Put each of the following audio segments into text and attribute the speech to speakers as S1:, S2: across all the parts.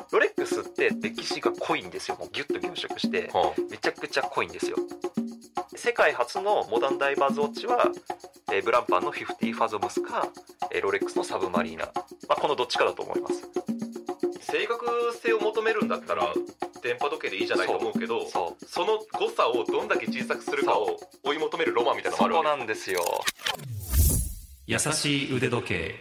S1: って歴史が濃いんですよもうギュッと凝縮して
S2: は
S1: めちゃくちゃ濃いんですよ世界初のモダンダイバーズウォッチは、えーブランパンの50ファゾムスか、えーロレックスのサブマリーナ、まあ、このどっちかだと思います
S2: 正確性を求めるんだったら電波時計でいいじゃないと思うけどそ
S1: そう
S2: の誤差をどんだけ小さくするかを追い求めるロマンみたいな
S1: そ
S2: のも
S1: こ
S2: あるわ
S1: なんですよ
S3: 優しい腕時計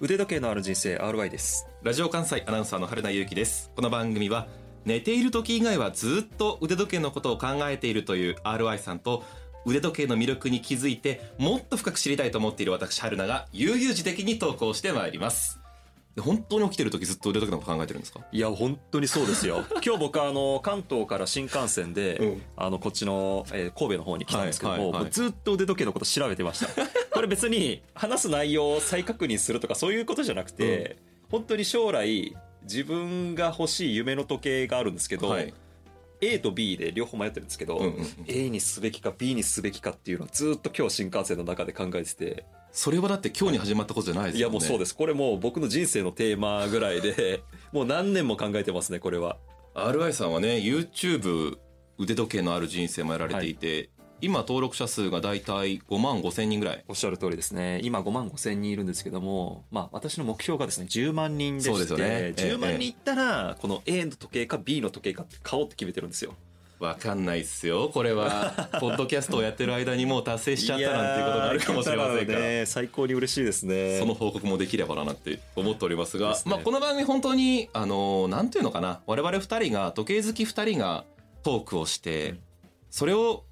S4: 腕時計のある人生 RY です
S5: ラジオ関西アナウンサーの春名ゆうきです。この番組は寝ている時以外はずっと腕時計のことを考えているという RY さんと腕時計の魅力に気づいてもっと深く知りたいと思っている私春菜が悠々自適に投稿してまいります。で本当に起きてる時ずっと腕時計のこと考えてるんですか
S4: いや本当にそう ですよ今日僕あの関東から新幹線で、
S5: うん
S4: あのこっちの、えー神戸の方に来たんですけども,、
S5: はいはいはい
S4: もうずっと腕時計のこと調べてま したこれ別に話す内容を再確認するとかそういうことじゃなくて、本当に将来自分が欲しい夢の時計があるんですけど、
S5: はい
S4: A と B で両方迷ってるんですけど、
S5: うんうんうん
S4: A にすべきか B にすべきかっていうのはずっと今日新幹線の中で考えてて
S5: それはだって今日に始まったことじゃないです。
S4: いやもうそうですすこれもう僕の人生のテーマぐらいで もう何年も考えてますねこれは
S5: RY さんはね YouTube 腕時計のある人生もやられていて、今登録者数がだいたい5万5千人ぐらい。
S4: おっしゃる通りですね今5万5千人いるんですけどもまあ私の目標がですね10万人でして
S5: そうですよね
S4: 10万人いったらこの A の時計か B の時計かって買おうって決めてるんですよ
S5: わかんないっすよこ れはポッドキャストをやってる間にもう達成しちゃったなんていうことがあるかもしれません
S4: いやーいけたら
S5: が。
S4: ね最高に嬉しいですね
S5: その報告もできればなって思っておりますが
S4: ですね
S5: まあ、この番組本当にあのーなんていうのかな我々二人が時計好き二人がトークをして、
S4: うん
S5: それを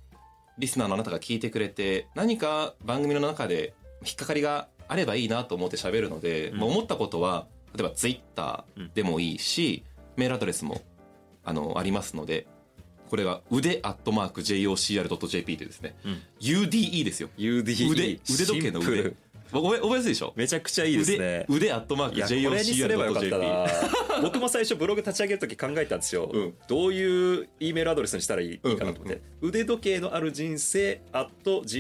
S5: リスナーのあなたが聞いてくれて何か番組の中で引っかかりがあればいいなと思って喋るので、
S4: うん
S5: まあ思ったことは例えばツイッターでもいいし、メールアドレスもあのありますのでこれが腕アットマーク JOCR.jp でですね、
S4: うん
S5: UDE ですよ
S4: UD
S5: 腕腕時計の
S4: シンプ
S5: 腕
S4: ル
S5: 覚え覚えやすいでしょ
S4: めちゃくちゃいいですね
S5: 腕腕アットマーク
S4: いやこれにすればよかった
S5: JOCR.jp
S4: な僕も最初ブログ立ち上げる時考えたんですよ、
S5: うん
S4: どういう E メールアドレスにしたらいい,、
S5: うん
S4: かなと思って腕時計のある人生 at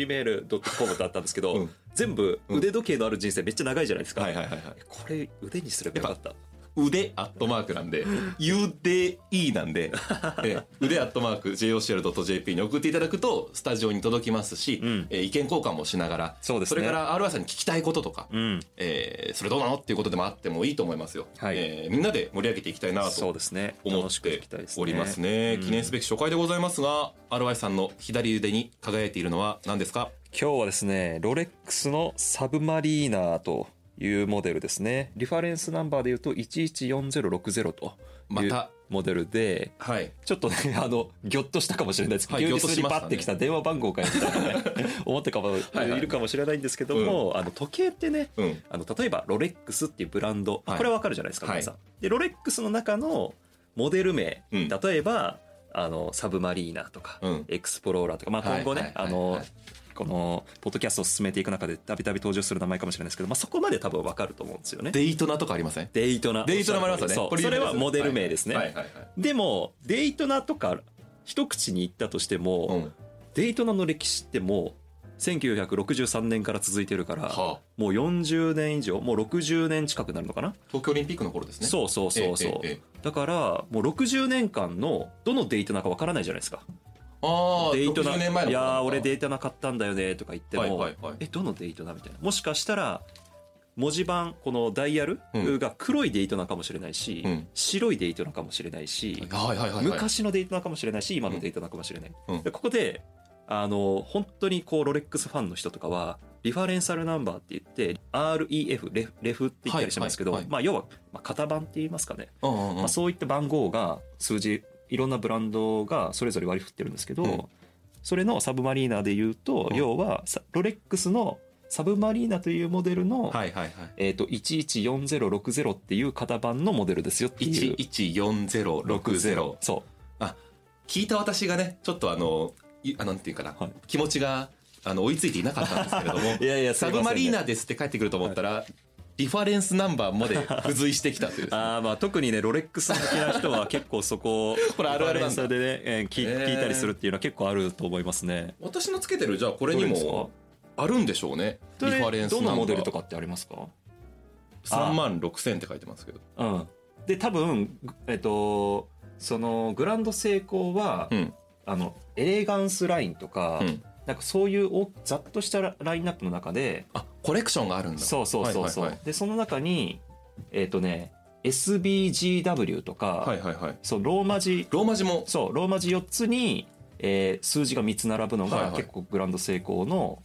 S4: gmail.com だったんですけど、
S5: うん
S4: 全部
S5: うん
S4: 腕時計のある人生めっちゃ長いじゃないですか、
S5: はいはいはいはい
S4: これ腕にすればよかった
S5: 腕アットマークなんで UDE な んでえ腕アットマーク JOCR.jp に送っていただくとスタジオに届きますし、
S4: うん
S5: えー意見交換もしながら
S4: そうですね
S5: れから RY さんに聞きたいこととか、
S4: うん
S5: えーそれどうなのっていうことでもあってもいいと思いますよ、
S4: はい
S5: えーみんなで盛り上げていきたいなと
S4: そうですね
S5: 思
S4: 楽
S5: っ
S4: しくい
S5: て
S4: きたいですね
S5: おりますね
S4: うん
S5: 記念すべき初回でございますが RY さんの左腕に輝いているのは何ですか
S4: 今日はですねロレックスのサブマリーナーというモデルですねリファレンスナンバーでいうと114060と
S5: ま
S4: いう
S5: た
S4: モデルで
S5: はい
S4: ちょっとね、 あの、ぎょっとしたかもしれないですけど、
S5: はい
S4: 急
S5: ぎょ
S4: に
S5: っと
S4: ス
S5: し
S4: リ
S5: ましたね
S4: パってきた電話番号かよみたいなね、思ったかも、
S5: はいはい
S4: いるかもしれないんですけども、あの、時計ってね、
S5: うん
S4: あの、例えばロレックスっていうブランド、まあ
S5: はい
S4: これはわかるじゃないですか、
S5: はい
S4: 皆さん。で、ロレックスの中のモデル名、
S5: うん
S4: 例えば、あの、サブマリーナとか、
S5: うん
S4: エクスプローラーとか、まあ今後ね、
S5: はいはいはい
S4: あの
S5: は、
S4: この、ポッドキャストを進めていく中で、たびたび登場する名前かもしれないですけど、まあそこまで多分わかると思うんですよね。
S5: デイトナとかありません
S4: デイトナ。
S5: デイトナもありますよね
S4: そう
S5: こ有
S4: そ
S5: 名
S4: れ
S5: です
S4: はモデル名ですね。
S5: はいはいはい
S4: でもデイトナとか一口に言ったとしても、
S5: はいうん
S4: デイトナの歴史ってもう1963年から続いてるから、
S5: はあ
S4: もう40年以上もう60年近くなるのかな、
S5: 東京オリンピックの頃ですね
S4: そうそうそうそう、
S5: ええええ
S4: だからもう60年間のどのデイトナかわからないじゃないですか
S5: ああ
S4: デイトナ
S5: 60年前の
S4: いやー俺
S5: イ
S4: デイトナ買ったんだよねとか言っても、
S5: はいはいはい
S4: えどのデイトナみたいなもしかしたら文字盤このダイヤル
S5: うん
S4: が黒いデイトナかもしれないし、
S5: うん
S4: 白いデイトナかもしれないし、
S5: はいはいはいはい
S4: 昔のデートなのかもしれないし今のデートなのかもしれない、
S5: うん
S4: でここであの本当にこうロレックスファンの人とかはリファレンサルナンバーって言って REF レフレフって言ったりしますけど、
S5: はいはいはい
S4: まあ、要は、まあ、型番って言いますかね、
S5: うんうんうん
S4: まあ、そういった番号が数字いろんなブランドがそれぞれ割り振ってるんですけど、
S5: うん
S4: それのサブマリーナで言うと、
S5: うん
S4: 要はさロレックスのサブマリーナというモデルの、
S5: はいはいはい
S4: えー、と114060っていう型番のモデルですよっていう。
S5: 114060
S4: そう
S5: 聞いた私がねちょっとあのいあのなんていうかな、
S4: はい
S5: 気持ちがあの追いついていなかったんですけれども
S4: いやいや
S5: サブマリー
S4: ナ
S5: ナですって帰ってくると思ったら、リファレンスナンバーまで付随してきたとい う
S4: あーまあ特にねロレックス好きな人は結構そこ
S5: これあるあるなんだ
S4: レファレンスでね、えー聞
S5: へー
S4: 聞いたりするっていうのは結構あると思いますね。
S5: 私のつけてるじゃあこれ
S4: ど
S5: に
S4: れですか
S5: もあるんでしょうねリファレンスナ
S4: ど
S5: ンバー
S4: のモデルとかってありますか
S5: 3万6000って書いてますけど
S4: うん、で多分えっとそのグランド成功は、
S5: うん
S4: あのエレガンスラインとか、
S5: うん
S4: なんかそういうおざっとしたララインナップの中で
S5: あコレクションがあるんだ
S4: そうそうそうそう、
S5: はいはい
S4: でその中にえっとね SBGW とか、
S5: はいはいはいはい
S4: そうローマ字
S5: ローマ字も
S4: そうローマ字4つに、えー数字が3つ並ぶの
S5: はい
S4: が
S5: はい
S4: 結構グランド成功の、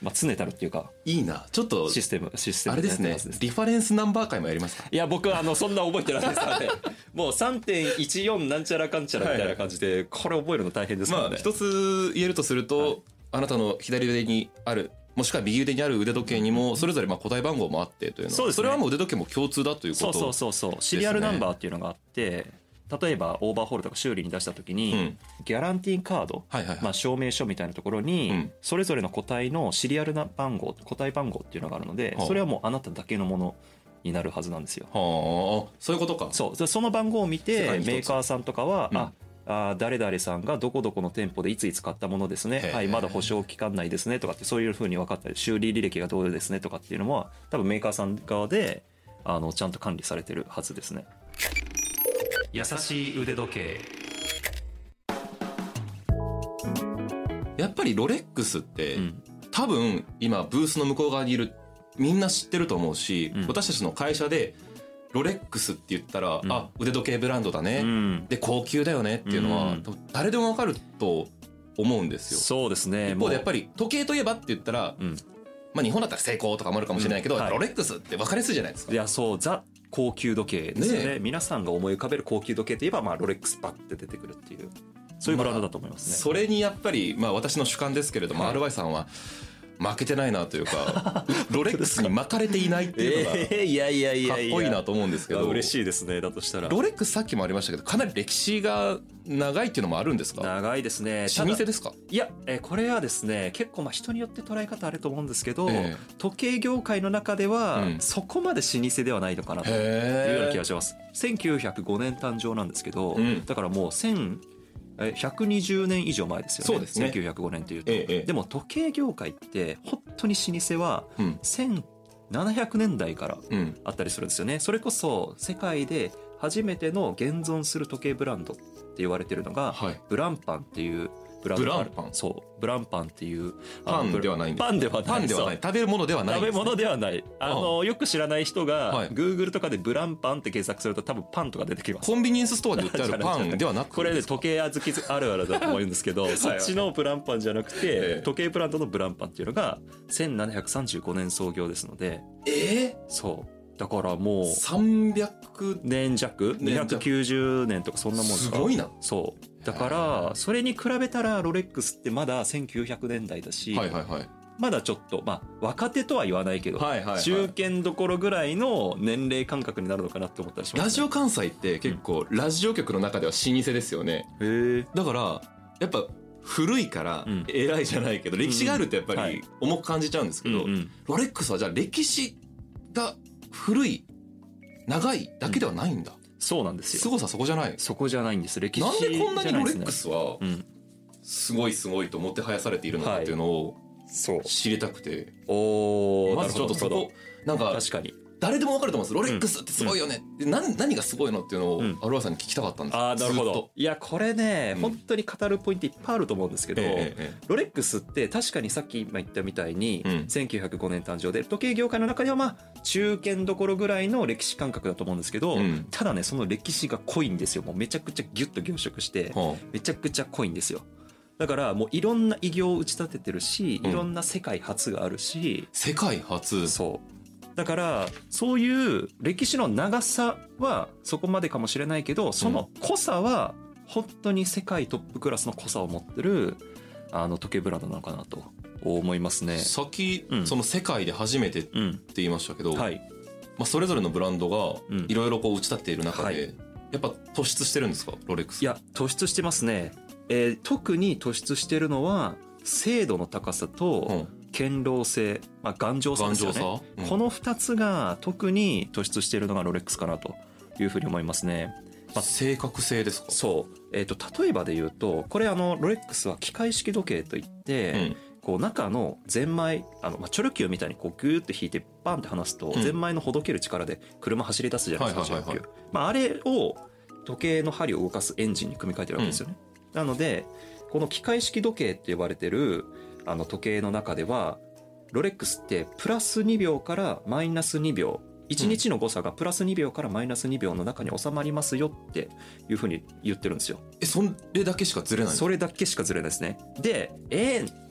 S4: まあ、常たるっていうか
S5: いいなちょっと
S4: システムシステム
S5: あれです
S4: や
S5: ね
S4: ってます
S5: リファレンスナンバー会もやりますか
S4: いや僕はあのそんな覚えてないですからね もう3.14なんちゃらかんちゃらみたいな感じでこれ覚えるの大変ですからね、
S5: まあ一つ言えるとすると、
S4: はい
S5: あなたの左腕にあるもしくは右腕にある腕時計にもそれぞれまあ個体番号もあってというのは
S4: そうですね
S5: れはもう腕時計も共通だということ
S4: そうそうそうそうシリアルナンバーっていうのがあって例えばオーバーホールとか修理に出した時に、
S5: うん
S4: ギャランティーカード、
S5: はいはいはい、
S4: まあ、証明書みたいなところに、
S5: うん
S4: それぞれの個体のシリアルな番号個体番号っていうのがあるので
S5: はあ
S4: それはもうあなただけのものになるはずなんですよ
S5: はあそういうことか
S4: そうでその番号を見
S5: 世
S4: て
S5: 界に一つ
S4: メーカーさんとかは、
S5: うん
S4: ああー誰々さんがどこどこの店舗でいついつ買ったものです
S5: へ
S4: ね
S5: ー、
S4: はい、まだ保証期間内ですねとかってそういうふうに分かったり修理履歴がどうですねとかっていうのは多分メーカーさん側であのちゃんと管理されてるはずですね
S3: 優しい腕時計
S5: やっぱりロレックスって、
S4: うん
S5: 多分今ブースの向こう側にいるみんな知ってると思うし、
S4: うん
S5: 私たちの会社でロレックスって言ったら、
S4: うん
S5: あ腕時計ブランドだね、
S4: うん
S5: で高級だよねっていうのは、
S4: うん
S5: 多分誰でもわかると思うんですよ。
S4: そうですね
S5: 一方でやっぱ
S4: り
S5: り時計といえばって言ったら、
S4: うん
S5: まあ、日本だったら成功とかもあるかもしれないけど、
S4: うんはい
S5: ロレックスって分かりやすいじゃないですか
S4: い。やそうザ高級時計ですよね
S5: ねえ
S4: 皆さんが思い浮かべる高級時計といえば、まあ、ロレックスパッて出てくるっていうそういうブランドだと思いますね、
S5: それにやっぱり、まあ、私の主観ですけれども、
S4: はい
S5: RY さんは負けてないなという かロレックスに巻かれていないっていうのが
S4: えーいやいやい
S5: かっこいいな
S4: と
S5: と思うんですけど
S4: 嬉しいですねだとしたら
S5: ロレックスさっきもありましたけどかなり歴史が長いっていうのもあるんですか
S4: 長いですね
S5: 老舗
S4: ただ
S5: ですか
S4: いや、えーこれはですね結構まあ人によって捉え方あると思うんですけど、
S5: え
S4: 時計業界の中では
S5: うん
S4: そこまで老舗ではないのかなというような
S5: へ
S4: 気がします、1905年誕生なんですけど、
S5: うん
S4: だからもう1000えー120年以上前ですよね
S5: そうですね
S4: 1905年というと、
S5: えええ
S4: でも時計業界って本当に老舗は
S5: うん
S4: 1700年代から
S5: うん
S4: あったりするんですよねそれこそ世界で初めての現存する時計ブランドって言われてるのが、
S5: はい
S4: ブランパンっていうブランドがある
S5: ブランパン
S4: そうブランパンっていうあの
S5: パン
S4: ブラ
S5: ではないんです
S4: パンではない
S5: パンではない
S4: そう
S5: 食べるものではないん
S4: 食
S5: で
S4: べ
S5: すね
S4: 物ではないあのよく知らない人
S5: は
S4: が
S5: い
S4: Google とかでブランパンって検索すると多分パンとか出てきます
S5: コンビニエンスストアで売ってあるパンではなく
S4: これね時計好きあるあるだと思うんです けどそっちのブランパンじゃなく
S5: ええ
S4: て時計ブランドのブランパンっていうのが1735年創業ですので
S5: え
S4: そうだからもう
S5: ー、300
S4: 年弱
S5: 年弱
S4: 290年とかそんなもんですすか
S5: ごいな
S4: そうだからそれに比べたらロレックスってまだ1900年代だし、
S5: はいはいはい
S4: まだちょっとまあ若手とは言わないけど、
S5: はいはいはい
S4: 中堅どころぐらいの年齢感覚になるのかなって思ったりします、ね、
S5: ラジオ関西って結構ラジオ局の中では老舗ですよね
S4: へえ
S5: だからやっぱ古いから
S4: うん
S5: 偉いじゃないけど歴史があるとやっぱ
S4: は
S5: り
S4: い
S5: 重く感じちゃうんですけどロレックスはじゃあ歴史が古い長いだけではないんだ
S4: そうなんです
S5: す
S4: よ
S5: ごさそこじゃない
S4: そこじゃないんです歴史
S5: なんでこんなに
S4: じゃ
S5: ロ
S4: いで
S5: レ
S4: すね
S5: ックスは
S4: うん
S5: すごいすごいともてはやされているのかっていうのを
S4: そう
S5: 知りたくて
S4: おー
S5: まずちょっとそ
S4: なるほ
S5: こなん
S4: ど
S5: か
S4: 確かに
S5: 誰でもわかると思うんですロレックスってすごいよねで何何がすごいのっていうのを
S4: うん
S5: アロアさんに聞きたかったんです
S4: ああなるほ
S5: ずっ
S4: ど
S5: と
S4: いやこれね、
S5: うん
S4: 本当に語るポイントいっぱいあると思うんですけど、
S5: ええええ
S4: ロレックスって確かにさっき今言ったみたいに、
S5: うん
S4: 1905年誕生で時計業界の中ではまあ中堅どころぐらいの歴史感覚だと思うんですけど、
S5: うん
S4: ただねその歴史が濃いんですよもうめちゃくちゃギュッと凝縮して
S5: は
S4: めちゃくちゃ濃いんですよだからもういろんな偉業を打ち立ててるし
S5: うん
S4: いろんな世界初があるし、
S5: 世界初
S4: そうだからそういう歴史の長さはそこまでかもしれないけどその濃さは本当に世界トップクラスの濃さを持ってるあの時計ブランドなのかなと思いますね。
S5: さっき
S4: うん
S5: その世界で初めてって
S4: うん、
S5: 言いましたけど、
S4: はい、
S5: まあ、それぞれのブランドが
S4: うん
S5: いろいろこう打ち立っている中で、
S4: はい
S5: やっぱ突出してるんですかロレックス
S4: いや突出してますね、えー特に突出してるのは精度の高さと、
S5: うん
S4: 堅牢性、まあ、頑丈さ
S5: 頑
S4: です
S5: 丈
S4: よ
S5: さ、
S4: ね
S5: うん
S4: この2つが特に突出しているのがロレックスかなというふうに思いますね。ま
S5: 正確性ですか
S4: そう、えー、と例えばで言うとこれあのロレックスは機械式時計といって、
S5: うん
S4: こう中のゼンマイあの、まあ、チョロキューみたいにこうグーって引いてバンって離すと、
S5: うん
S4: ゼンマイのほどける力で車走り出すじゃないですかチョ
S5: はい
S4: ロ
S5: はい
S4: キ
S5: はい
S4: ュ
S5: は
S4: ー。まああれを時計の針を動かすエンジンに組み替えてるわけですよね。なのでこの機械式時計って呼ばれてるあの時計の中ではロレックスってプラス2秒からマイナス2秒1日の誤差がプラス2秒からマイナス2秒の中に収まりますよっていうふうに言ってるんですよ。
S5: えそれだけしかずれないの
S4: それだけしかずれないですね。で、えー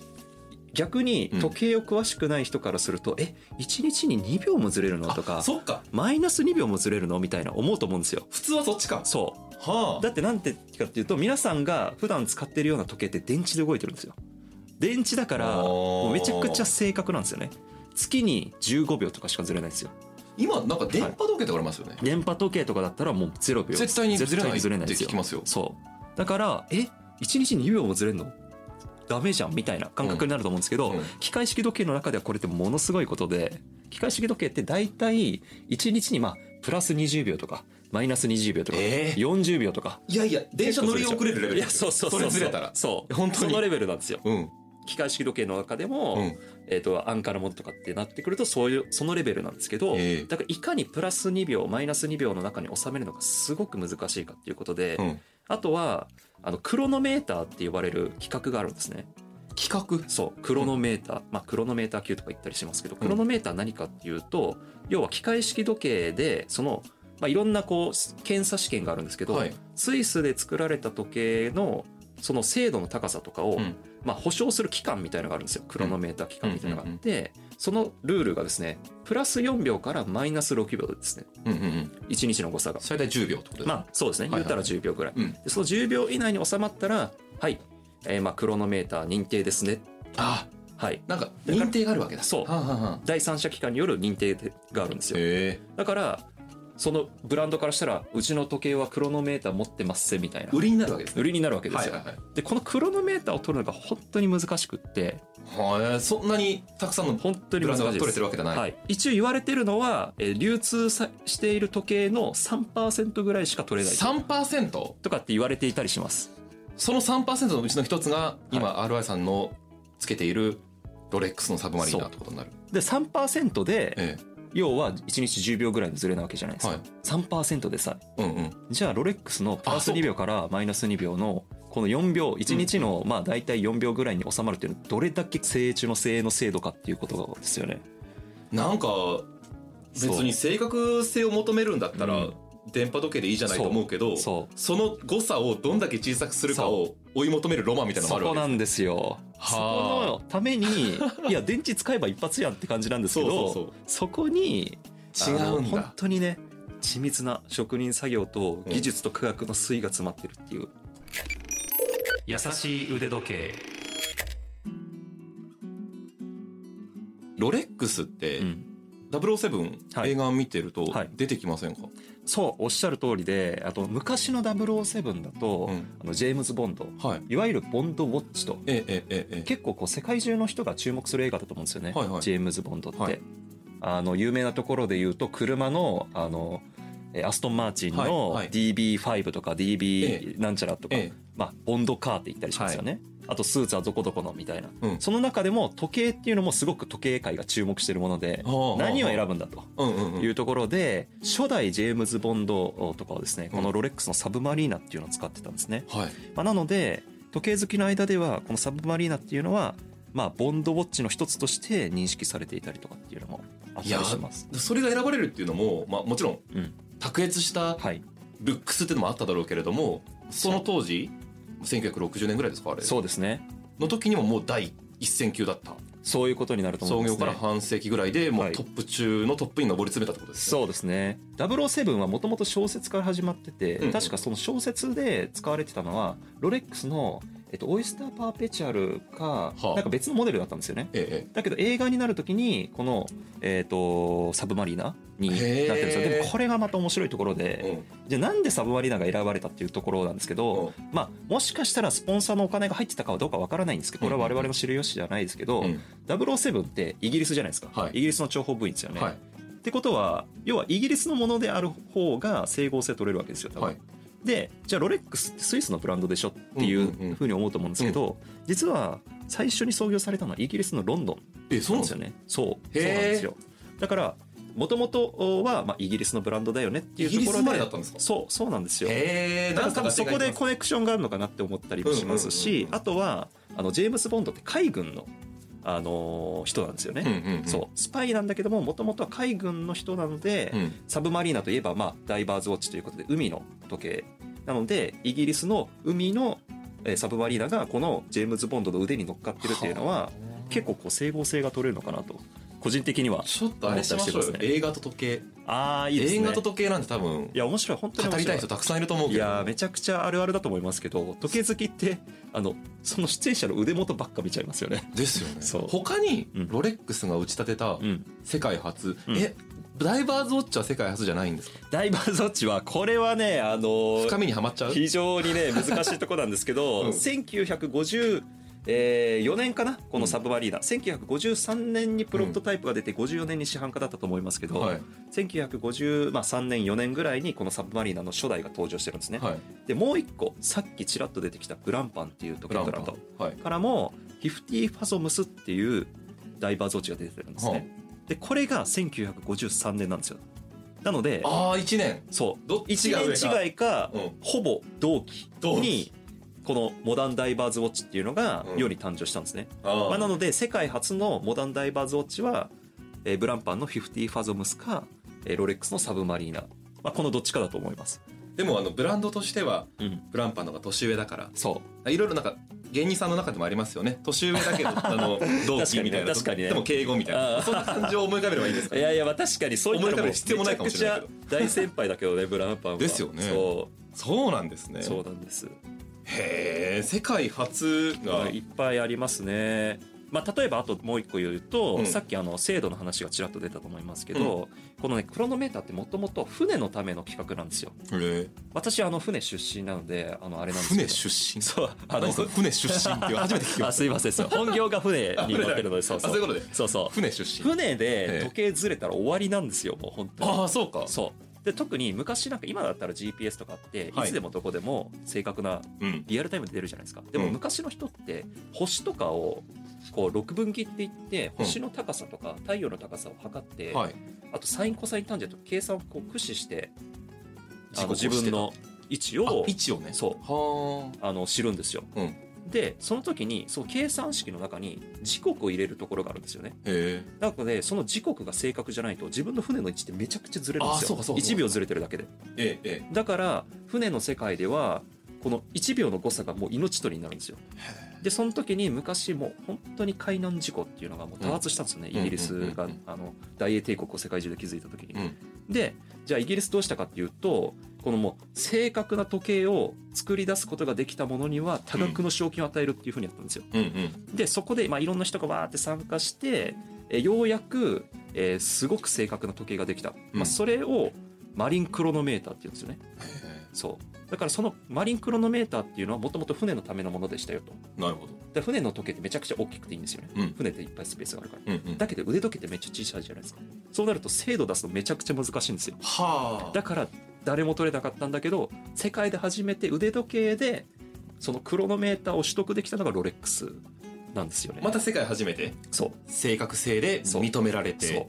S4: 逆に
S5: うん
S4: 時計を詳しくない人からすると、え1日に2秒もずれるのと
S5: あ
S4: か
S5: そっか
S4: マイナス2秒もずれるのみたいな思うと思うんですよ。
S5: 普通はそっちか
S4: そう
S5: はあ
S4: だってなんてかっていうと皆さんが普段使ってるような時計って電池で動いてるんですよ。電池だから
S5: あー
S4: もうめちゃくちゃ正確なんですよね。月に15秒とかしかずれないんですよ。
S5: 今なんか電波時計とかありますよね、
S4: 電波時計とかだったらもう0秒
S5: 絶対にずれない
S4: 絶対に
S5: って
S4: です
S5: 聞
S4: よ
S5: きますよ
S4: そうだからえ一1日2秒もずれんのダメじゃんみたいな感覚になると思うんですけど、
S5: うんうん
S4: 機械式時計の中ではこれってものすごいことで機械式時計って大体1日にまあプラス20秒とかマイナス20秒とか、
S5: ええ
S4: 40秒とか
S5: いやいや電車乗り遅れるレベル
S4: いやそうそうそう
S5: それずれたら
S4: そう
S5: 本当に
S4: そのレベルなんですよ
S5: うん
S4: 機械式時計の中でも、
S5: うん
S4: えー、と安価なものとかってなってくるとそういうそのレベルなんですけど、
S5: ええ
S4: だからいかにプラス2秒マイナス2秒の中に収めるのがすごく難しいかっていうことで、
S5: うん
S4: あとはあのクロノメーターって呼ばれる規格があるんですね
S5: 企画
S4: そうクロノメーター、まあ、クロノメーター級とか言ったりしますけどクロノメーター何かっていうと、要は機械式時計でその、まあ、いろんなこう検査試験があるんですけど、
S5: はい
S4: スイスで作られた時計のその精度の高さとかを、
S5: うん
S4: まあ、保証する期間みたいなのがあるんですよクロノメーター期間みたいなのがあって、そのルールがですねプラス4秒からマイナス6秒ですね
S5: うんうんうん
S4: 1日の誤差が
S5: 最大10秒ってことで
S4: まあそうですね
S5: はいは
S4: 言
S5: い
S4: ったら10秒ぐらい、
S5: うん
S4: でその10秒以内に収まったらはい、えーまあクロノメーター認定ですね
S5: あ
S4: はい
S5: なんか認定があるわけだ
S4: そう
S5: はあはあはあ
S4: 第三者機関による認定があるんですよ
S5: へ
S4: だからそのブランドからしたらうちの時計はクロノメーター持ってますぜみたいな
S5: え売りになるわけですね
S4: 売りになるわけですよ、
S5: はいはい
S4: でこのクロノメーターを取るのが本当に難しくって
S5: はいはえそんなにたくさんの
S4: 本当に
S5: ブラ
S4: 難
S5: ン
S4: しい
S5: ドが取
S4: で
S5: れ
S4: す
S5: てるわけじゃない、
S4: はい、一応言われてるのは、えー流通さしている時計の3%ぐらいしか取れないと
S5: 3%
S4: とかって言われていたりします
S5: その3%のうちの一つが今 RY さんのつけているロレックスのサブマリーナってことになる、
S4: で3%で、
S5: え
S4: 要は1日10秒ぐらいのズレなわけじゃないで
S5: え
S4: す
S5: は
S4: か、
S5: い
S4: 3%でさ
S5: うんうん
S4: じゃあロレックスのプラ
S5: あ
S4: ス
S5: そうか
S4: 2秒からマイナス2秒のこの4秒1日のまあ大体4秒ぐらいに収まるっていうのはどれだけ精中の精鋭の精度かっていうことですよね
S5: なんか
S2: 別に正確性を求めるんだったら、
S4: うん
S5: 電波時計でいいじゃないと思うけどそ
S4: そう
S5: の誤差をどんだけ小さくするかを追い求めるロマンみたいなの
S4: そ
S5: もあるわ
S4: こ
S5: けで
S4: な
S5: す
S4: んですよそ
S5: はあ
S4: このためにいや電池使えば一発やんって感じなんですけど
S5: そうそう
S4: そこに
S5: 違うんだ
S4: あの本当にね緻密な職人作業と技術と科学の粋が詰まってるっていう、
S3: 優しい腕時計
S5: ロレックスって、
S4: うん
S5: 007、
S4: はい
S5: 映画見てると
S4: はい
S5: 出てきませんか、
S4: そうおっしゃる通りであと昔の007だと、
S5: うん
S4: あのジェームズ・ボンド
S5: はい
S4: いわゆるボンドウォッチと
S5: ええええええ
S4: 結構こう世界中の人が注目する映画だと思うんですよね、
S5: はいはい
S4: ジェームズ・ボンドって、
S5: はい
S4: あの有名なところで言うと車のあのえアストン・マーチンの
S5: はいはい
S4: DB5 とか
S5: え
S4: DB なんちゃらとか、
S5: ええ
S4: まあ、ボンドカーって言ったりしますよね、あとスーツはどこどこのみたいな、
S5: うん
S4: その中でも時計っていうのもすごく時計界が注目してるもので
S5: はあ
S4: 何を選
S5: は
S4: ぶんだと
S5: あうんうんうん
S4: いうところで初代ジェームズ・ボンドとかはですねこのロレックスのサブマリーナっていうのを使ってたんですね。
S5: はい
S4: まあ、なので時計好きの間ではこのサブマリーナっていうのはまあボンドウォッチの一つとして認識されていたりとかっていうのもあっ
S5: いや
S4: たりします。
S5: それが選ばれるっていうのも、まあ、もちろん
S4: うん
S5: 卓越した
S4: はい、
S5: ルックスっていうのもあっただろうけれどもその当時1960年ぐらいですかあれ
S4: そうですね。
S5: の時にももう第一線級だった
S4: そういうことになると思い
S5: 創
S4: ます、ね。
S5: 業から半世紀ぐらいでも
S4: は
S5: う
S4: い
S5: トップ中のトップに上り詰めたってことですね
S4: そうですね007はもともと小説から始まってて、
S5: うん
S4: 確かその小説で使われてたのはロレックスのえっと、オイスターパーペチュアルか、
S5: はあ
S4: なんか別のモデルだったんですよね。
S5: え
S4: だけど映画になるときにこの、えー、とサブマリーナになってるんですよ
S5: へー
S4: でもこれがまた面白いところ
S5: え
S4: で、
S5: うん
S4: じゃあなんでサブマリーナが選ばれたっていうところなんですけど、
S5: うん
S4: まあ、もしかしたらスポンサーのお金が入ってたかはどうかわからないんですけどこれは我々の知る由じゃないですけど、
S5: うん
S4: 007ってイギリスじゃないですか、
S5: はい
S4: イギリスの諜報部員ですよね。
S5: はい
S4: ってことは要はイギリスのものである方が整合性取れるわけですよ多分、
S5: はい
S4: でじゃあロレックスってスイスのブランドでしょってい
S5: んうんうん
S4: うふうに思うと思うんですけど、実は最初に創業されたのはイギリスのロンドン
S5: えそ
S4: な
S5: うんなん
S4: でよ
S5: ですすよ
S4: ねそうそう
S5: へー
S4: なんですよだからもともとは、まあ、イギリスのブランドだよねっていうところ
S5: イギリス生ま
S4: で
S5: れだったんですか
S4: そうそうなんですよ
S5: へえ
S4: だか
S5: な
S4: ら多
S5: んか
S4: 分そこで
S5: こ
S4: コネクションがあるのかなって思ったりもします
S5: うんうんう
S4: し
S5: んうん
S4: あとはあのジェームズ・ボンドって海軍の、あのー人なんですよね、そうスパイなんだけどももともとは海軍の人なので、
S5: うん
S4: サブマリーナといえば、まあ、ダイバーズウォッチということで海の時計なのでイギリスの海のえーサブマリーナがこのジェームズ・ボンドの腕に乗っかってるっていうのは結構こう整合性が取れるのかなと個人的には
S5: ちょっとあれしましょうよ
S4: 思ったりしてますね
S5: 映画と時計
S4: ああいいですね
S5: 映画と時計なんて多分
S4: いや面白い本当に
S5: 語
S4: 面
S5: りた
S4: 白
S5: い
S4: い
S5: 人たくさんいると思う
S4: い
S5: けど
S4: やーめちゃくちゃあるあるだと思いますけど時計好きってあのその出演者の腕元ばっか見ちゃいますよね。
S5: ですよね
S4: そう
S5: 他に
S4: うん
S5: ロレックスが打ち立てた
S4: うん、
S5: 世界初、
S4: うん
S5: えダイバーズウォッチは世界初じゃないんですか
S4: ダイバーズウォッチはこれはねあのー
S5: 深みにはまっちゃう
S4: 非常にね難しいとこなんですけど、
S5: うん
S4: 1954年かなこのサブマリーナ、1953年にプロトタイプが出て54年に市販化だったと思いますけど、
S5: はい
S4: 1953年4年ぐらいにこのサブマリーナの初代が登場してるんですね、
S5: はい
S4: でもう一個さっきちらっと出てきたグランパンっていう時計ブランド
S5: はい
S4: からも「フィフティファソムス」っていうダイバー装置が出てるんですね、でこれが1953年なんですよなので
S5: ああ1年
S4: そう
S5: どっち
S4: 1
S5: が上か
S4: 年違いか
S5: うん
S4: ほぼ同期
S5: 同期
S4: にこのモダンダイバーズウォッチっていうのが
S5: うん
S4: 世に誕生したんですね、
S5: あ
S4: ま
S5: ー
S4: あ、なので世界初のモダンダイバーズウォッチは、えーブランパンの50ファゾムスか、えーロレックスのサブマリーナ、まあ、このどっちかだと思います、
S5: でもあのブランドとしては
S4: うん、
S5: ブランパンの方が年上だから
S4: そ
S5: いろいろなんか芸人さんの中でもありますよね年上 だけどあの同期みたい
S4: 確かにね
S5: な
S4: 確かにね
S5: でも敬語みたい
S4: あ
S5: な
S4: ー
S5: そんな感じを思い浮かべればいいんです か
S4: いやいやまあ確かにそういったらもうめ
S5: 思い浮かべる必
S4: ち
S5: 要もない
S4: ゃ
S5: かも
S4: く
S5: しれ
S4: ち
S5: ない
S4: ゃ
S5: けど
S4: 大先輩だけどねブランパンは
S5: ですよね
S4: そ
S5: そうなんですね
S4: うそうなんです
S5: へえ世界初が
S4: いっぱいありますね。まあ、例えばあともう一個言うと、
S5: うん
S4: さっきあの制度の話がちらっと出たと思いますけど、このねクロノメーターってもともと船のための企画なんですよ
S5: へ
S4: 私あの船出身なのであのあれ
S5: え
S4: なんですけ
S5: 船
S4: ど
S5: 出身
S4: そうあの
S5: 何それ船出身ってい う初めて聞きま
S4: あ
S5: し
S4: すいませんそう本業が船に乗ってるのでそうそ
S5: た あそういう
S4: う
S5: ことで
S4: そうそう
S5: 船出身
S4: 船で時計ずれたら終わりなんですよもう本当に
S5: ああそうか
S4: そうで特に昔なんか今だったら GPS とかあって、
S5: はい
S4: いつでもどこでも正確な
S5: うん
S4: リアルタイムで出るじゃないですかでも
S5: うん
S4: 昔の人って星とかをこう6分岐って言って
S5: うん
S4: 星の高さとか太陽の高さを測って、
S5: はい
S4: あとサインコサインタンジェント計算をこう駆使してあの自
S5: 時刻をしてた
S4: 分の位置
S5: あ
S4: を
S5: 位置をね
S4: そう
S5: は
S4: あの知るんですよ、
S5: うん
S4: でその時にその計算式の中に時刻を入れるところがあるんですよね
S5: あへえ
S4: なのでその時刻が正確じゃないと自分の船の位置ってめちゃくちゃずれるんです
S5: あそ
S4: よ
S5: うかそうかそうか
S4: 1秒ずれてるだけで
S5: えええ
S4: だから船の世界ではこの1秒の誤差がもう命取りになるんですよでその時に昔もう本当に海難事故っていうのがもう多発したんですよね、
S5: うん
S4: イギリスが、
S5: うんうんうん
S4: あの大英帝国を世界中で築いた時に、
S5: うん
S4: でじゃあイギリスどうしたかっていうとこのもう正確な時計を作り出すことができたものには多額の賞金を与えるっていうふうにやったんですよ、
S5: えうんうん
S4: でそこで、まあ、いろんな人がわーって参加してえようやく、えーすごく正確な時計ができた、
S5: う
S4: ま
S5: ん
S4: あ、それをマリンクロノメーターっていうんですよね
S5: へ
S4: そうだからそのマリンクロノメーターっていうのはもともと船のためのものでしたよと
S5: えなるほど
S4: で船の時計ってめちゃくちゃ大きくていいんですよね、
S5: うん
S4: 船っていっぱいスペースがあるから
S5: うんうん
S4: だけど腕時計ってめっちゃ小さいじゃないですかそうなると精度出すのめちゃくちゃ難しいんですよ
S5: は
S4: だから誰も取れなかったんだけど世界で初めて腕時計でそのクロノメーターを取得できたのがロレックスなんですよね
S5: また世界初めて
S4: そう
S5: 正確性で認められて
S4: そう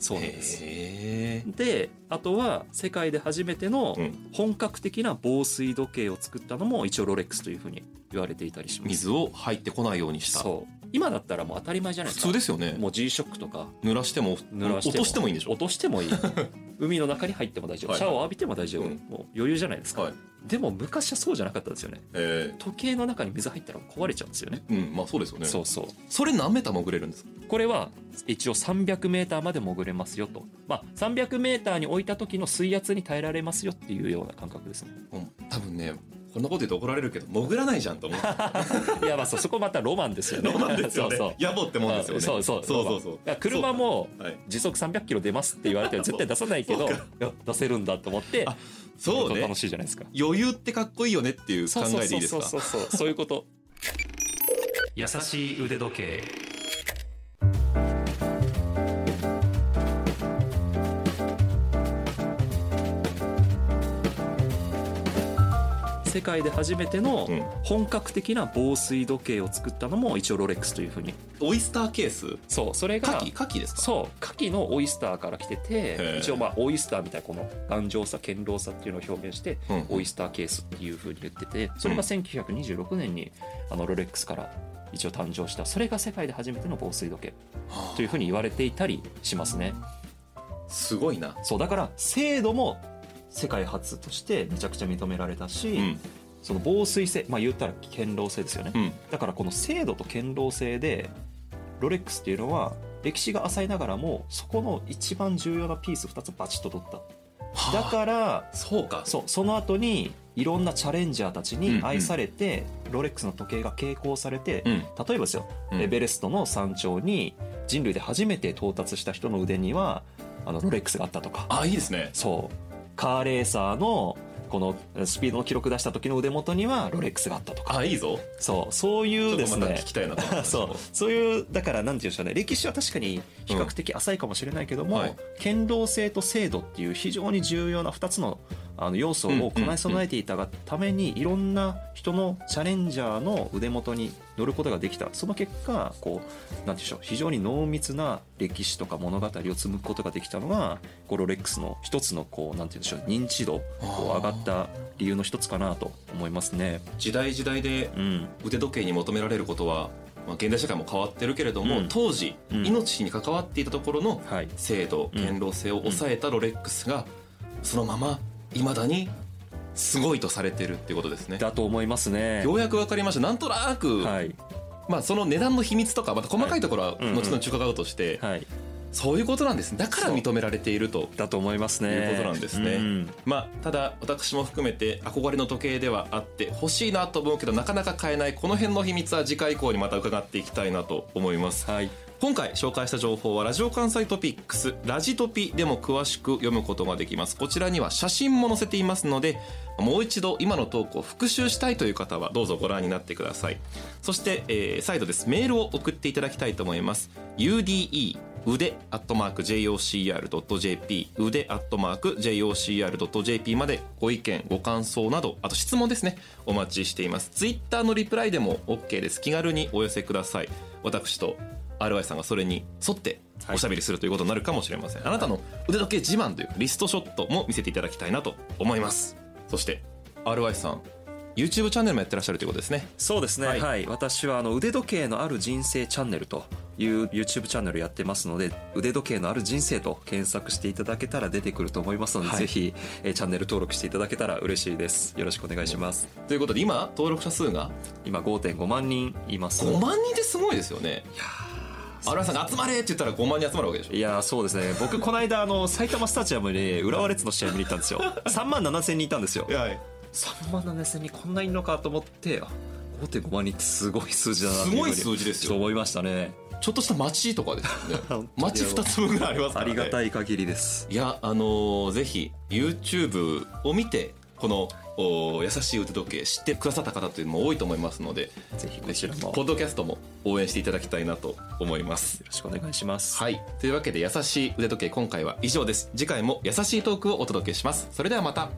S4: そうなんです
S5: へえ
S4: であとは世界で初めての
S5: うん
S4: 本格的な防水時計を作ったのも一応ロレックスというふうに言われていたりします
S5: 水を入ってこないようにした
S4: そう今だったらもう当たり前じゃない
S5: 普
S4: ですか
S5: 通ですよね
S4: もう G ショックとか
S5: 濡らしても
S4: 濡らしても
S5: 落としてもいいんでしょ
S4: 落として もいい海の中に入っても大丈夫
S5: はい
S4: シャワー浴びても大丈夫、
S5: うん
S4: もう余裕じゃないですか、
S5: はい
S4: でも昔はそうじゃなかったですよね
S5: え
S4: 時計の中に水入ったら壊れちゃうんですよね
S5: えうんまあそうですよね
S4: そうそう
S5: それ何メーター潜れるんですか
S4: これは一応 300m まで潜れますよと、まあ、300m に置いた時の水圧に耐えられますよっていうような感覚ですね
S5: うん多分ねこんなこと言うと怒られるけど潜らないじゃんと思って
S4: いやまあそうそこまたロマンですよね。
S5: ロマンです よね
S4: そうそう
S5: 野暮ってもんですよね
S4: そうそう
S5: そうそうそう
S4: だから車も
S5: はい
S4: 時速300キロ出ますって言われても絶対出さないけどいや出せるんだと思って
S5: あそうね
S4: 楽しいじゃないですか。
S5: 余裕ってかっこいいよねっていう考
S4: そうそう
S5: えでいいですか
S4: そうそうそうそうそういうこと。
S3: 優しい腕時計
S4: 世界で初めての
S5: うん
S4: 本格的な防水時計を作ったのも一応ロレックスというふうに。
S5: オイスターケース
S4: そうそれ
S5: カ
S4: が
S5: キカキですか
S4: そう牡蠣のオイスターから来て
S5: へ
S4: て
S5: え
S4: 一応まあオイスターみたいなこの頑丈さ堅牢さっていうのを表現して
S5: うん
S4: オイスターケースっていう風に言っててそれが1926年にあのロレックスから一応誕生したそれが世界で初めての防水時計
S5: はあ
S4: という風に言われていたりしますね
S5: すごいな
S4: そうだから精度も世界初としてめちゃくちゃ認められたし、
S5: うん
S4: その防水性まあ言ったら堅牢性ですよね
S5: うん
S4: だからこの精度と堅牢性でロレックスっていうのは歴史が浅いながらもそこの一番重要なピース2つバチッと取っただ
S5: はあ
S4: から
S5: そうか
S4: そうその後にいろんなチャレンジャーたち
S5: うんう
S4: に
S5: ん
S4: 愛されて、ロレックスの時計が傾向されて、
S5: うん
S4: 例えばですよ、
S5: うん
S4: エベレストの山頂に人類で初めて到達した人の腕にはあのロレックスがあったとか
S5: あいいですね
S4: そうカーレーサーのこのスピードの記録出した時の腕元にはロレックスがあったとか
S5: あいいぞ
S4: そうそうい
S5: ちょ
S4: う
S5: っ
S4: で
S5: と
S4: す
S5: また
S4: ね
S5: 聞きたいなと思い ました
S4: そうそういうだからなんて言うんでしょうね歴史は確かに比較的浅いかもしれないけども、
S5: うんはい
S4: 堅牢性と制度っていう非常に重要な2つのあの要素を
S5: うんうんう
S4: 備
S5: ん
S4: え備えていたがためにいろんな人のチャレンジャーの腕元に乗ることができたその結果こうなんて言うんでしょう非常に濃密な歴史とか物語を紡ぐことができたのがこうロレックスの一つのこうなんて言うんでしょう認知度こう上がった理由の一つかなと思いますね。
S5: 時代時代で
S4: うん、
S5: 腕時計に求められることは、まあ、現代社会も変わってるけれども、
S4: うん
S5: 当時、
S4: うん
S5: 命に関わっていたところの
S4: はい
S5: 精度
S4: うん
S5: 堅牢性を抑えたロレックスがそのままいまだにすごいとされてるっていうことですね。
S4: だと思いますね。
S5: ようやくわかりましたなんとなく、
S4: はい
S5: まあ、その値段の秘密とかまた細かいところは後
S4: うんうん
S5: 々伺うとして、
S4: はい、
S5: そういうことなんですねだから認められていると。
S4: だと思いますね。
S5: いうことなんですね
S4: うん
S5: まあ、ただ私も含めて憧れの時計ではあって欲しいなと思うけどなかなか買えないこの辺の秘密は次回以降にまた伺っていきたいなと思います
S4: はい、
S5: 今回紹介した情報はラジオ関西トピックスラジトピでも詳しく読むことができますこちらには写真も載せていますのでもう一度今のトークを復習したいという方はどうぞご覧になってくださいそして、えー再度ですメールを送っていただきたいと思います UDE 腕アットマーク JOCR.jp 腕アットマーク JOCR.jp までご意見ご感想などあと質問ですねお待ちしていますツイッターのリプライでも OK です気軽にお寄せください私と RY さんがそれに沿っておしゃべりするということになるかもしれません、あなたの腕時計自慢というリストショットも見せていただきたいなと思いますそして RY さん YouTube チャンネルもやってらっしゃるということですね
S4: そうですね、
S5: は
S4: はいい私はあの腕時計のある人生チャンネルという YouTube チャンネルやってますので腕時計のある人生と検索していただけたら出てくると思いますので、
S5: はい
S4: ぜひ、えーチャンネル登録していただけたら嬉しいですよろしくお願いします
S5: ということで今登録者数が
S4: 今5.5万人います
S5: 5万人ってすごいですよねアルワさんが集まれって言ったら5万人集まるわけでしょ
S4: いやーそうですね僕この間あの埼玉スタジアムに浦和レッズの試合見に行ったん ですよ3万7千人いたんですよ
S5: や
S4: 3万7千人こんないんのかと思ってあ5.5万人ってすごい数字だな
S5: すごい数字で
S4: 字
S5: す
S4: と
S5: よ
S4: 思いましたね
S5: ちょっとした町とかですよね
S4: 本当に
S5: 町2つ分ぐらいありますか
S4: あ
S5: らね
S4: りがたい限りです
S5: いやあのーぜひ YouTube を見てこのお優しい腕時計知ってくださった方というのも多いと思いますので
S4: ぜひ
S5: ぜ
S4: こ
S5: ひ
S4: ちらも
S5: ポッドキャストも応援していただきたいなと思います
S4: よろしくお願いします。
S5: はいというわけで優しい腕時計今回は以上です次回も優しいトークをお届けしますそれではまた